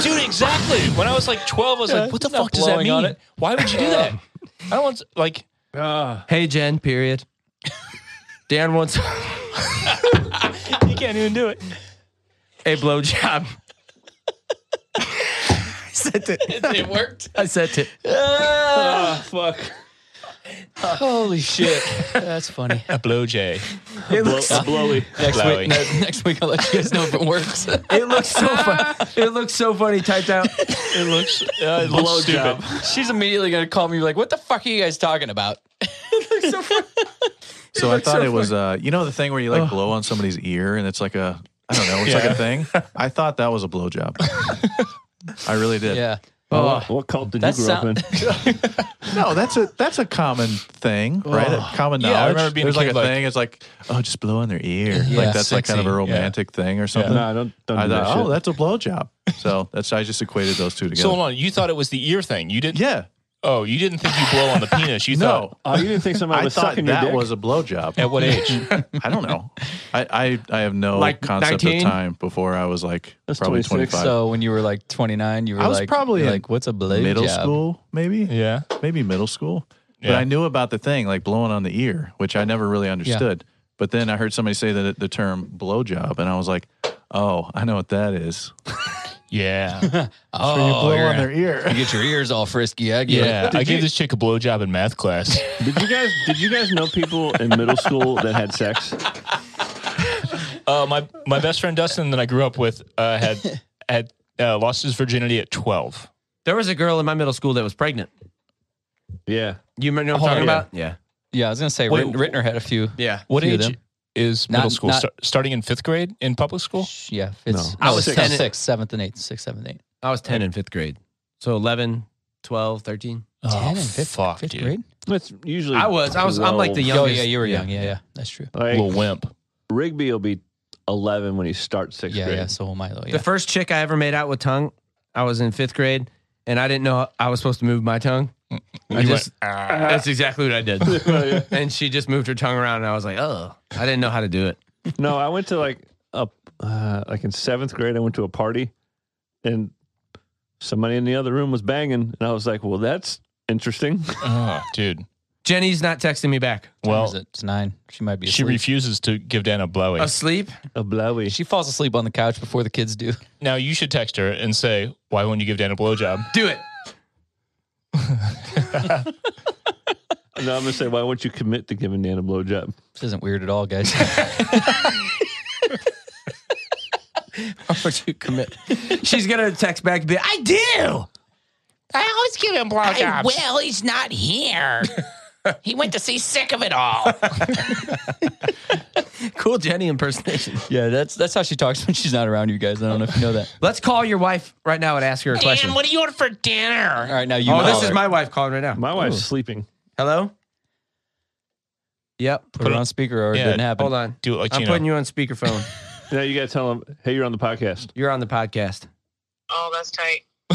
Dude, exactly. When I was like 12, I was like, "What the fuck does that blowing on mean? it. Why would you do that?" I don't want to, like. Ah, Hey Jen. Period. *laughs* Dan wants You can't even do it. a blowjob. I sent it. *laughs* it worked. I sent it. ah, fuck. Holy shit. *laughs* That's funny. A blow Jay. It Blow, *laughs* looks, a blowy. Next Blowy. week, ne- *laughs* next week I'll let you guys know if it works. it looks so fun. It looks so funny typed out. It looks, uh, it Blow looks stupid. job. She's immediately gonna call me like, "What the fuck are you guys talking about?" So I looks thought so it was, uh, you know, the thing where you like blow on somebody's ear and it's like a, I don't know, it's like Yeah. a thing. I thought that was a blowjob. I really did. Yeah, Oh, What cult did you grow That up in? sound- No, that's a that's a common thing, right? A common Yeah, I knowledge. remember being a There's like kid, a like- thing. It's like, oh, just blow on their ear. Yeah, like that's like kind of a sexy, romantic thing or something. No, don't don't I do that thought, shit. oh, that's a blowjob. So that's I just equated those two together. So hold on, you thought it was the ear thing. You didn't. yeah, Oh, you didn't think you blow on the penis. You *laughs* no, thought Oh, you didn't think *laughs* somebody I was thought sucking your that dick? was a blowjob. at what age? *laughs* I don't know. I, I I have no Like concept 19? of time before I was like That's uh, probably 26. 25. So when you were like 29, you were I was like, probably you're in like, what's a blade middle job? school, maybe, yeah. maybe middle school. But Yeah. I knew about the thing like blowing on the ear, which I never really understood. But then I heard somebody say that the term blowjob, and I was like, oh, I know what that is. Yeah. Where you Oh, blow you're- on their ear. you *laughs* get your ears all frisky. I get *laughs* Yeah. I gave this chick a blowjob in math class. Did you guys did you guys know people in middle school that had sex? Uh, my my best friend Dustin that I grew up with uh, had had uh, lost his virginity at twelve. there was a girl in my middle school that was pregnant. Yeah. You remember what I'm Oh, talking yeah. about? Yeah. it. Yeah, I was gonna say Wait, Rit- Rittner had a few. Yeah. What Few of age them. is Not- middle school? not- Sta- starting in fifth grade in public school? Yeah, it's, I no, was it's ten- six, seventh, and eighth, six, seven, eight. I was 10 in fifth grade. So 11, 12, 13. Ten and fifth, fuck, fifth dude. grade. That's usually I was- I was- I'm like the 12. young- Oh Youngest. yeah, you were Yeah. young. Yeah, yeah, that's true. Like, Little wimp. Rigby will be 11 when he starts 6th Yeah, grade. yeah. So am I though. Yeah. The first chick I ever made out with tongue, I was in fifth grade and I didn't know I was supposed to move my tongue. I You just, went, "Ah." that's exactly what I did. and she just moved her tongue around and I was like, oh, I didn't know how to do it. No, I went to like a uh, like in seventh grade. I went to a party, and somebody in the other room was banging, and I was like, "Well, that's interesting." oh, dude. Jenny's not texting me back. What time is Well, it? it's nine. She might be. she Asleep. refuses to give Dan a blowing. Asleep? a blowy. she falls asleep on the couch before the kids do. Now you should text her and say, "Why won't you give Dan a blowjob?" Do it. And I'm gonna say, "Why won't you commit to giving Dan a blowjob?" This isn't weird at all, *laughs* guys. Why would you commit? She's going to text back and be, I do. I always give him blowjobs. well, he's not here. *laughs* he went to see Sick of It All. Cool Jenny impersonation. yeah, that's that's how she talks when she's not around you guys. I don't know if you know that. Let's call your wife right now and ask her a question. Dan, what do you want for All dinner? right, now you. Oh, this call is her. my wife calling right now. My wife's sleeping. Hello? Yep. Put it on speaker or Yeah, it didn't happen. Hold on. Do it like I'm Gino. putting you on speakerphone. Now you gotta tell him, "Hey, you're on the podcast." You're on the podcast. Oh, that's tight. *laughs*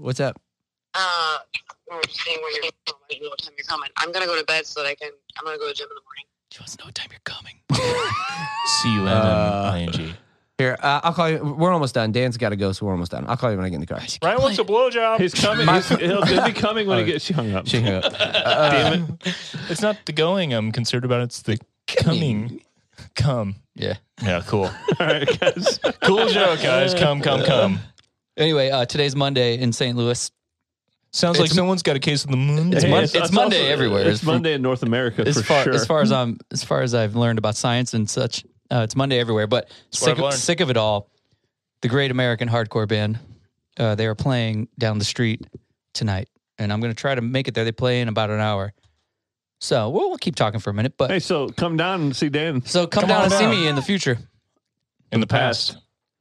What's up? Uh, oh, dang, where you're from. I don't know what time you're coming. I'm gonna go to bed so that I can. I'm gonna go to the gym in the morning. She wants to know what time you're coming. C U N N um, Uh, I N G. Here, uh, I'll call you. We're almost done. Dan's got to go, so we're almost done. I'll call you when I get in the car. Ryan wants a *laughs* blowjob. He's coming. My- He's, he'll, he'll be coming Oh. when he gets she hung up. She hung up. Damn it. It's not the going I'm concerned about. It's the coming. Come. Yeah. Yeah, cool. All right, guys. Cool joke, guys. Come, come, come. Anyway, uh, today's Monday in St. Louis. Sounds like someone's got a case of the moon. It's Hey, Mon- it's Monday also- everywhere. It's It's from- Monday in North America *laughs* As for far sure. as far as I'm as far as I've learned about science and such, uh, it's Monday everywhere. But what sick I've of, learned. sick of it all. The Great American Hardcore Band. Uh, they are playing down the street tonight, and I'm going to try to make it there. They play in about an hour, so we'll, we'll keep talking for a minute. But hey, so come down and see Dan. so come, come down on and see down. me in the future, in the past.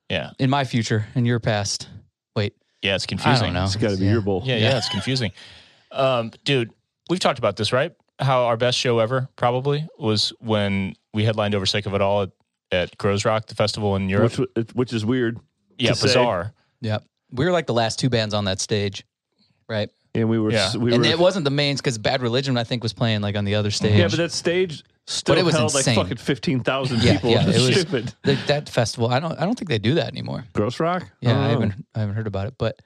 Yeah, in my future, in your past. Wait, yeah, it's confusing. I don't know. It's got to be Oh, Yeah. your bowl. Yeah, yeah, it's confusing. Um, dude, we've talked about this, right? How our best show ever probably was when we headlined over "Sick of It All" at, at Grows Rock, the festival in Europe. Which, w- it- which is weird. yeah, to say- bizarre. Yep. We were like the last two bands on that stage, right? And we were, Yeah. s- we and were it wasn't the mains because Bad Religion, I think, was playing like on the other stage. Yeah, but that stage still But it was held insane. like fucking 15,000 Yeah, people. yeah, Yeah, it was- stupid. Th- that festival, I don't, I don't think they do that anymore. Gross Rock? Yeah, I, Oh. don't know. haven't, I haven't heard about it, but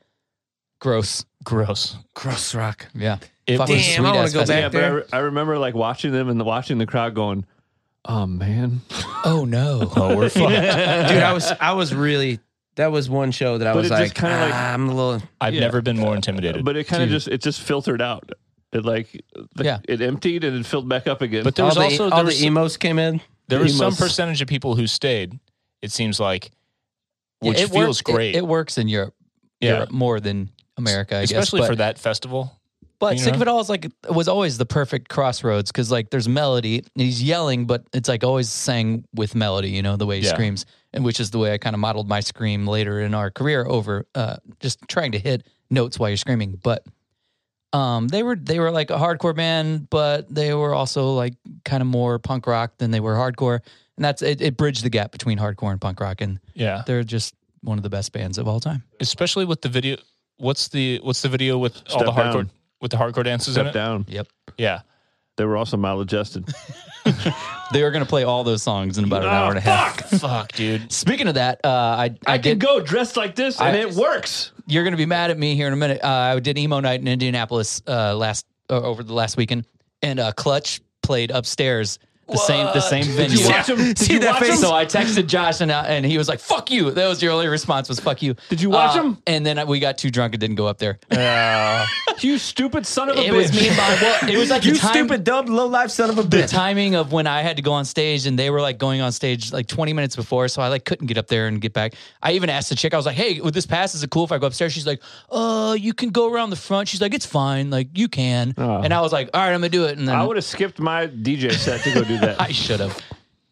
gross. Gross. Cross rock. Yeah, It Fucking Damn, I wanna sweet-ass go festival. back. Yeah, but I, there. re- I remember like watching them and the, watching the crowd going, oh *laughs* man. Oh no, Oh, *laughs* *laughs* we're fucked. Dude, I was I was really that was one show that I But was it just like, kinda like- "Ah, I'm a little I've Yeah. never been more intimidated. But, *laughs* But it kind of Dude. just, it just filtered out. It like, the, Yeah. it emptied and it filled back up again. there all was the, e, also all there the was, emos came in. there was some emos. *laughs* percentage of people who stayed. It seems like, Yeah, which it feels works, great. It, it works in Europe, Yeah. Europe more than America, I especially guess. for But, that festival. but you sick know? of it all is like was always the perfect crossroads because like there's melody and he's yelling, but it's like always sang with melody, you know, the way he Yeah. screams, and which is the way I kind of modeled my scream later in our career over uh, just trying to hit notes while you're screaming, but. um, they were they were like a hardcore band, but they were also like kind of more punk rock than they were hardcore, and that's it, it bridged the gap between hardcore and punk rock, and Yeah, they're just one of the best bands of all time. especially with the video. What's the what's the video with all the Step hardcore Down. with the hardcore dances in Step it? down. Yeah, They were also maladjusted. They are gonna play all those songs in *laughs* about Ah, an hour and a half. fuck, dude. Speaking of that, uh, I I, I can did. go dressed like this and I- it works. you're gonna be mad at me here in a minute. Uh, I did emo night in Indianapolis uh, last uh, over the last weekend, and uh, Clutch played upstairs. The same, the same venue. you watch 'em? *laughs* Did See you that watch face? 'em? So I texted Josh and uh, and he was like, "Fuck you." That was your only response was "fuck you." Uh, Did you watch 'em? And then I, we got too drunk and didn't go up there. Uh, You stupid son of *laughs* a it bitch. was me and Bob. Well, it *laughs* was like You the time, stupid, dumb, low life son of a The bitch. timing of when I had to go on stage and they were like going on stage like 20 minutes before, so I like couldn't get up there and get back. I even asked the chick, I was like, "Hey, would this pass? Is it cool if I go upstairs?" She's like, "Uh, you can go around the front." She's like, "It's fine, like you can." And I was like, "All right, I'm gonna do it." And then Ah. I would have skipped my DJ set to go do that. *laughs* I should have.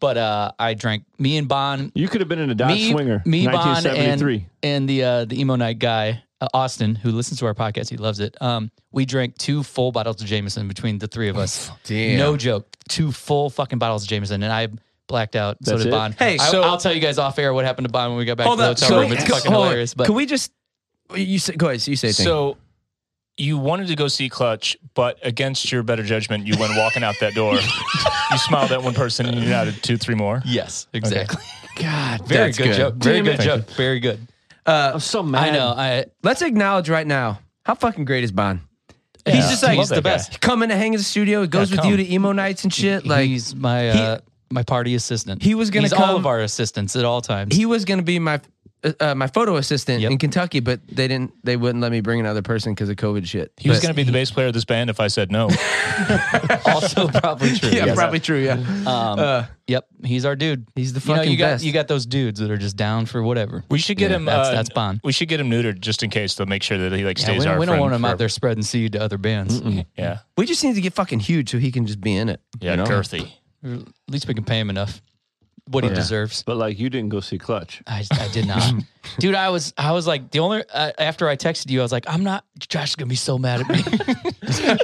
But uh, I drank. Me and Bon, You could have been in a Dodge me, Swinger, me Bon, 1973. and, and the uh, the emo night guy uh, Austin, who listens to our podcast, he loves it. Um, we drank two full bottles of Jameson between the three of us. *laughs* Damn. no joke, two full fucking bottles of Jameson, and I blacked out. so That's did it? Bon. Hey, I, so- I'll tell you guys off air what happened to Bon when we got back Hold to the up. hotel So, room. *laughs* It's go- fucking hold on. hilarious. But Can we just you say go ahead, you say thing. So you wanted to go see Clutch, but against your better judgment, you went walking out that *laughs* door. you smiled at one person and you nodded two, three more. yes, exactly. God, Very good, joke. Very Damn good it. joke. Very good. I'm so I mad. know. I Let's acknowledge right now how fucking great is Bond. yeah, He's just like he's the that guy. best. He come in to hang in the studio. He goes with come. you to emo nights and shit. Like he's my uh, my party assistant. He was gonna He's all come- of our assistants at all times. he was gonna be my uh, uh, my photo assistant Yep. in Kentucky, but they didn't. They wouldn't let me bring another person because of COVID shit. He was going to be the bass player of this band if I said no. *laughs* also probably true. *laughs* *laughs* Yeah, yes. probably true. Yeah. Um, Uh, yep, he's our dude. He's the you know, fucking you got best. you got those dudes that are just down for whatever. We should get him. that's- uh, that's Bon. We should get him neutered just in case to make sure that he like Yeah, stays we, our we don't friend want him out there forever. spreading seed to other bands. Yeah, we just need to get fucking huge so he can just be in it. yeah, you know? girthy. At least we can pay him enough what he Yeah. deserves. But like, you didn't go see *laughs* Clutch. I, I did not, *laughs* dude. I was I was like the only uh, after I texted you, I was like, I'm not. Josh is gonna be so mad at me. *laughs*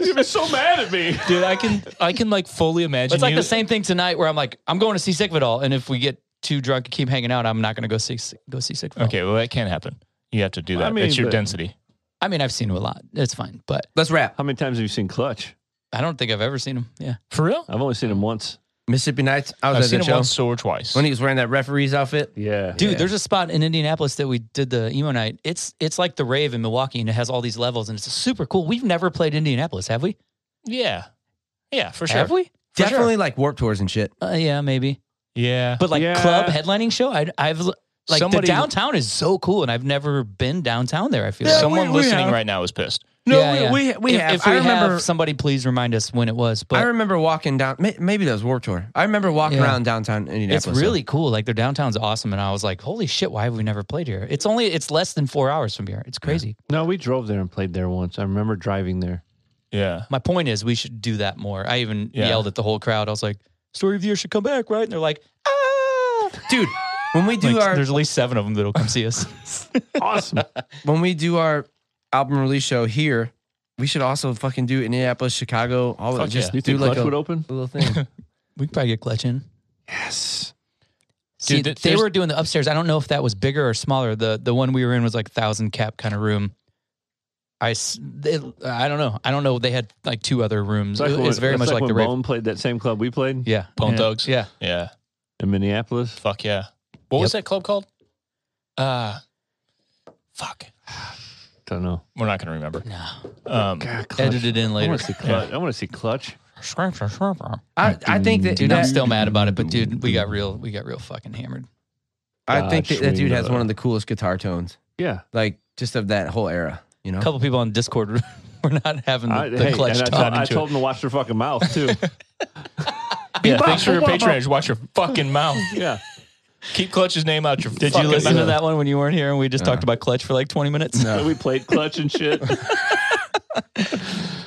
you were so mad at me. Dude, I can I can like fully imagine. it's like you- the same thing tonight where I'm like, I'm going to see Sick of It All, and if we get too drunk and keep hanging out, I'm not gonna go see go see Sick of It All. Okay, well that can't happen. You have to do I that. mean, it's your but- density. I mean, I've seen him a lot. It's fine, but Let's *laughs* wrap. How many times have you seen Clutch? I don't think I've ever seen him. Yeah. For real? I've only seen him once. Mississippi Nights. I was I've at seen that him show once or twice. when he was wearing that referee's outfit. Yeah. Dude, there's a spot in Indianapolis that we did the emo night. It's it's like the rave in Milwaukee, and it has all these levels, and it's super cool. We've never played Indianapolis, have we? yeah, yeah, for sure. Have we? For sure. Definitely like warp tours and shit. Uh, yeah, maybe. Yeah, But like Yeah. club headlining show, I, I've like Somebody- the downtown is so cool, and I've never been downtown there. I feel like. Someone we- we listening have- right now is pissed. No, Yeah, yeah. we we, we if, have. if we I remember. have somebody, please remind us when it was. I But remember walking down. may- Maybe that was Warped Tour. I remember walking Yeah. around downtown it's Indianapolis. really cool. Like their downtown's awesome, and I was like, "Holy shit! Why have we never played here? It's only it's less than four hours from here. It's crazy." No, we drove there and played there once. I remember driving there. Yeah. My point is, we should do that more. I even Yeah. yelled at the whole crowd. I was like, "Story of the year should come back, right?" And they're like, "Ah!" dude. When we do Like, our there's at least seven of them that'll come see *laughs* us. Awesome. when we do our album release show here, we should also fucking do Indianapolis, Chicago, all Fuck yeah. just *laughs* you do think like Clutch a would open? little thing. we could probably get Clutch in. Yes. See, Dude, th- they there's- were doing the upstairs. I don't know if that was bigger or smaller. The the one we were in was like thousand cap kind of room. I, s- they, I don't know. I don't know. They had like two other rooms. It's like it was when- very it's much like, when the rave. Bone played that same club we played Yeah, Bone yeah. Thugs. *laughs* Yeah, Yeah. in Minneapolis. Fuck yeah. What was that club called? Uh fuck. Don't know. We're not gonna remember. no, Um God, Clutch. edited in I later. want to see Clutch. I want to see Clutch. I, I think that, Dude, I'm that- still mad about it, but dude, we got real, we got real fucking hammered. I think Gosh, that, that we dude has know. one of the coolest guitar tones, Yeah. like just of that whole era. You know, A couple people on Discord *laughs* were not having the, I, the hey, clutch and I, talk. told, I into told them to watch their fucking mouth *laughs* too. yeah, thanks for your patronage. Watch your fucking mouth. yeah. Keep Clutch's name out your Did you fucking listen to mouth. that one when you weren't here and we just talked about clutch for like 20 minutes? No. We played Clutch and *laughs* shit. it Uh,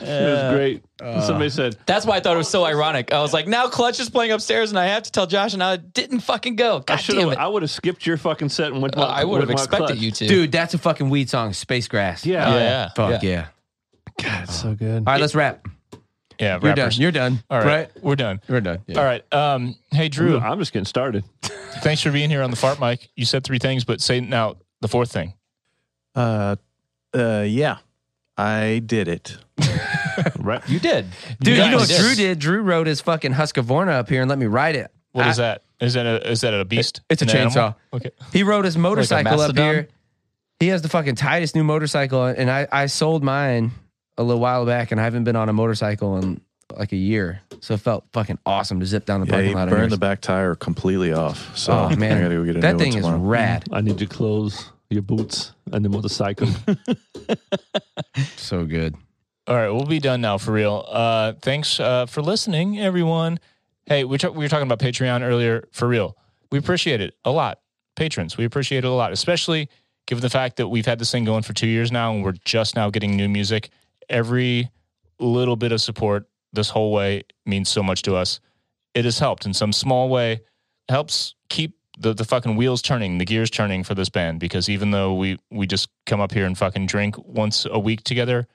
was great. Somebody said, That's why I thought it was so ironic. I was like, now Clutch is playing upstairs, and I have to tell Josh, and I didn't fucking go. I God should damn have. it! Uh, I would have skipped your fucking set and went. To my, I would have went to my expected Clutch. you to, dude, that's a fucking weed song, Space Grass. Yeah. Oh, yeah. fuck yeah. God, it's so good. All right, let's wrap. Yeah, You're rappers. done. You're done. All right, We're done. We're done. Yeah. All right. Um, hey Ooh, Drew, I'm just getting *laughs* started. thanks for being here on the fart mic. You said three things, but say now the fourth thing. Uh, uh, yeah, I did it. Right. You did, Dude, you know what Nice. Drew did? Drew rode his fucking Husqvarna up here and let me ride it. What is I- that? Is that a is that a beast? It's a An animal? chainsaw. Okay. He rode his motorcycle up mastodon? here. He has the fucking tightest new motorcycle, and I, I sold mine a little while back, and I haven't been on a motorcycle in like a year, so it felt fucking awesome to zip down the Yeah, parking he lot. of burned the yours. back tire completely off. So oh *laughs* I man, gotta go get a that new thing one is tomorrow. *laughs* rad. I need your clothes, your boots, and the motorcycle. Mm-hmm. So good. All right, we'll be done now for real. Uh, thanks uh, for listening, everyone. Hey, we, t- we were talking about Patreon earlier. For real, we appreciate it a lot, patrons. We appreciate it a lot, especially given the fact that we've had this thing going for two years now, and we're just now getting new music. Every little bit of support this whole way means so much to us. It has helped in some small way. Helps keep the, the fucking wheels turning, the gears turning for this band. Because even though we we just come up here and fucking drink once a week together,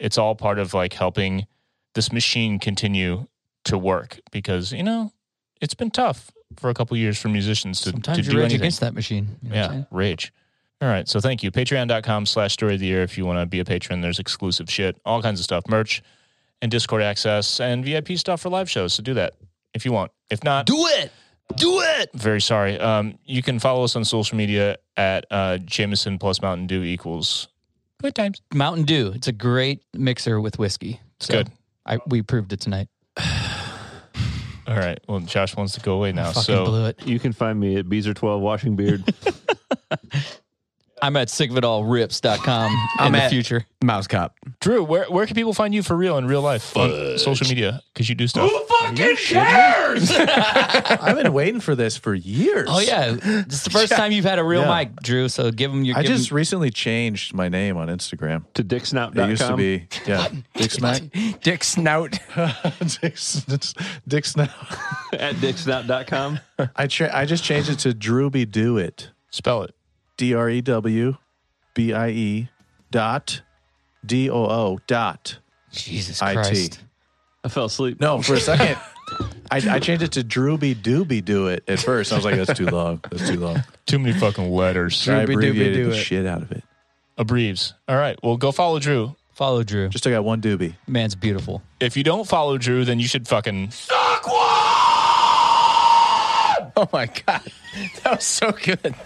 it's all part of like helping this machine continue to work because you know it's been tough for a couple years for musicians to, to Sometimes do you rage anything. against that machine. You know what I'm yeah saying? rage all right so thank you patreon.com slash story of the year if you want to be a patron there's exclusive shit all kinds of stuff merch and discord access and vip stuff for live shows so do that if you want if not do it. do it. Very sorry. Um, you can follow us on social media at uh, Jameson plus Mountain Dew equals good times. Mountain Dew. It's a great mixer with whiskey. It's So good. I, we proved it tonight. All right. Well, Josh wants to go away now. Fucking So blew it. you can find me at Beezer Twelve Washing Beard. I'm at *laughs* sickofitallrips.com in I'm the at- future. Mouse cop. Drew, where where can people find you for real in real life on social media? Because you do stuff. I've been waiting for this for years. Oh *laughs* yeah, this is the first time you've had a real Yeah. mic, Drew. So give him your. I give 'em- just recently changed my name on Instagram. to It dicksnap.com. used to be yeah, Dick Smack. *laughs* Dick Snout. *laughs* Dick, Sn- Dick Snout. at dicksnap.com. I cha- I just changed it to Drewby Do It. Spell it. D R E W B I E dot D O O dot. Jesus IT. Christ. I fell asleep. No, for a second. *laughs* I, I changed it to Drewby Dooby Do It at first. I was like, that's too long. That's too long. Too many fucking letters. So I Drewby Dooby abbreviated Do the It. shit out of it. Abreeves. All right. Well, go follow Drew. Follow Drew. Just I got one doobie. Man's beautiful. If you don't follow Drew, then you should fucking Oh my god, that was so good.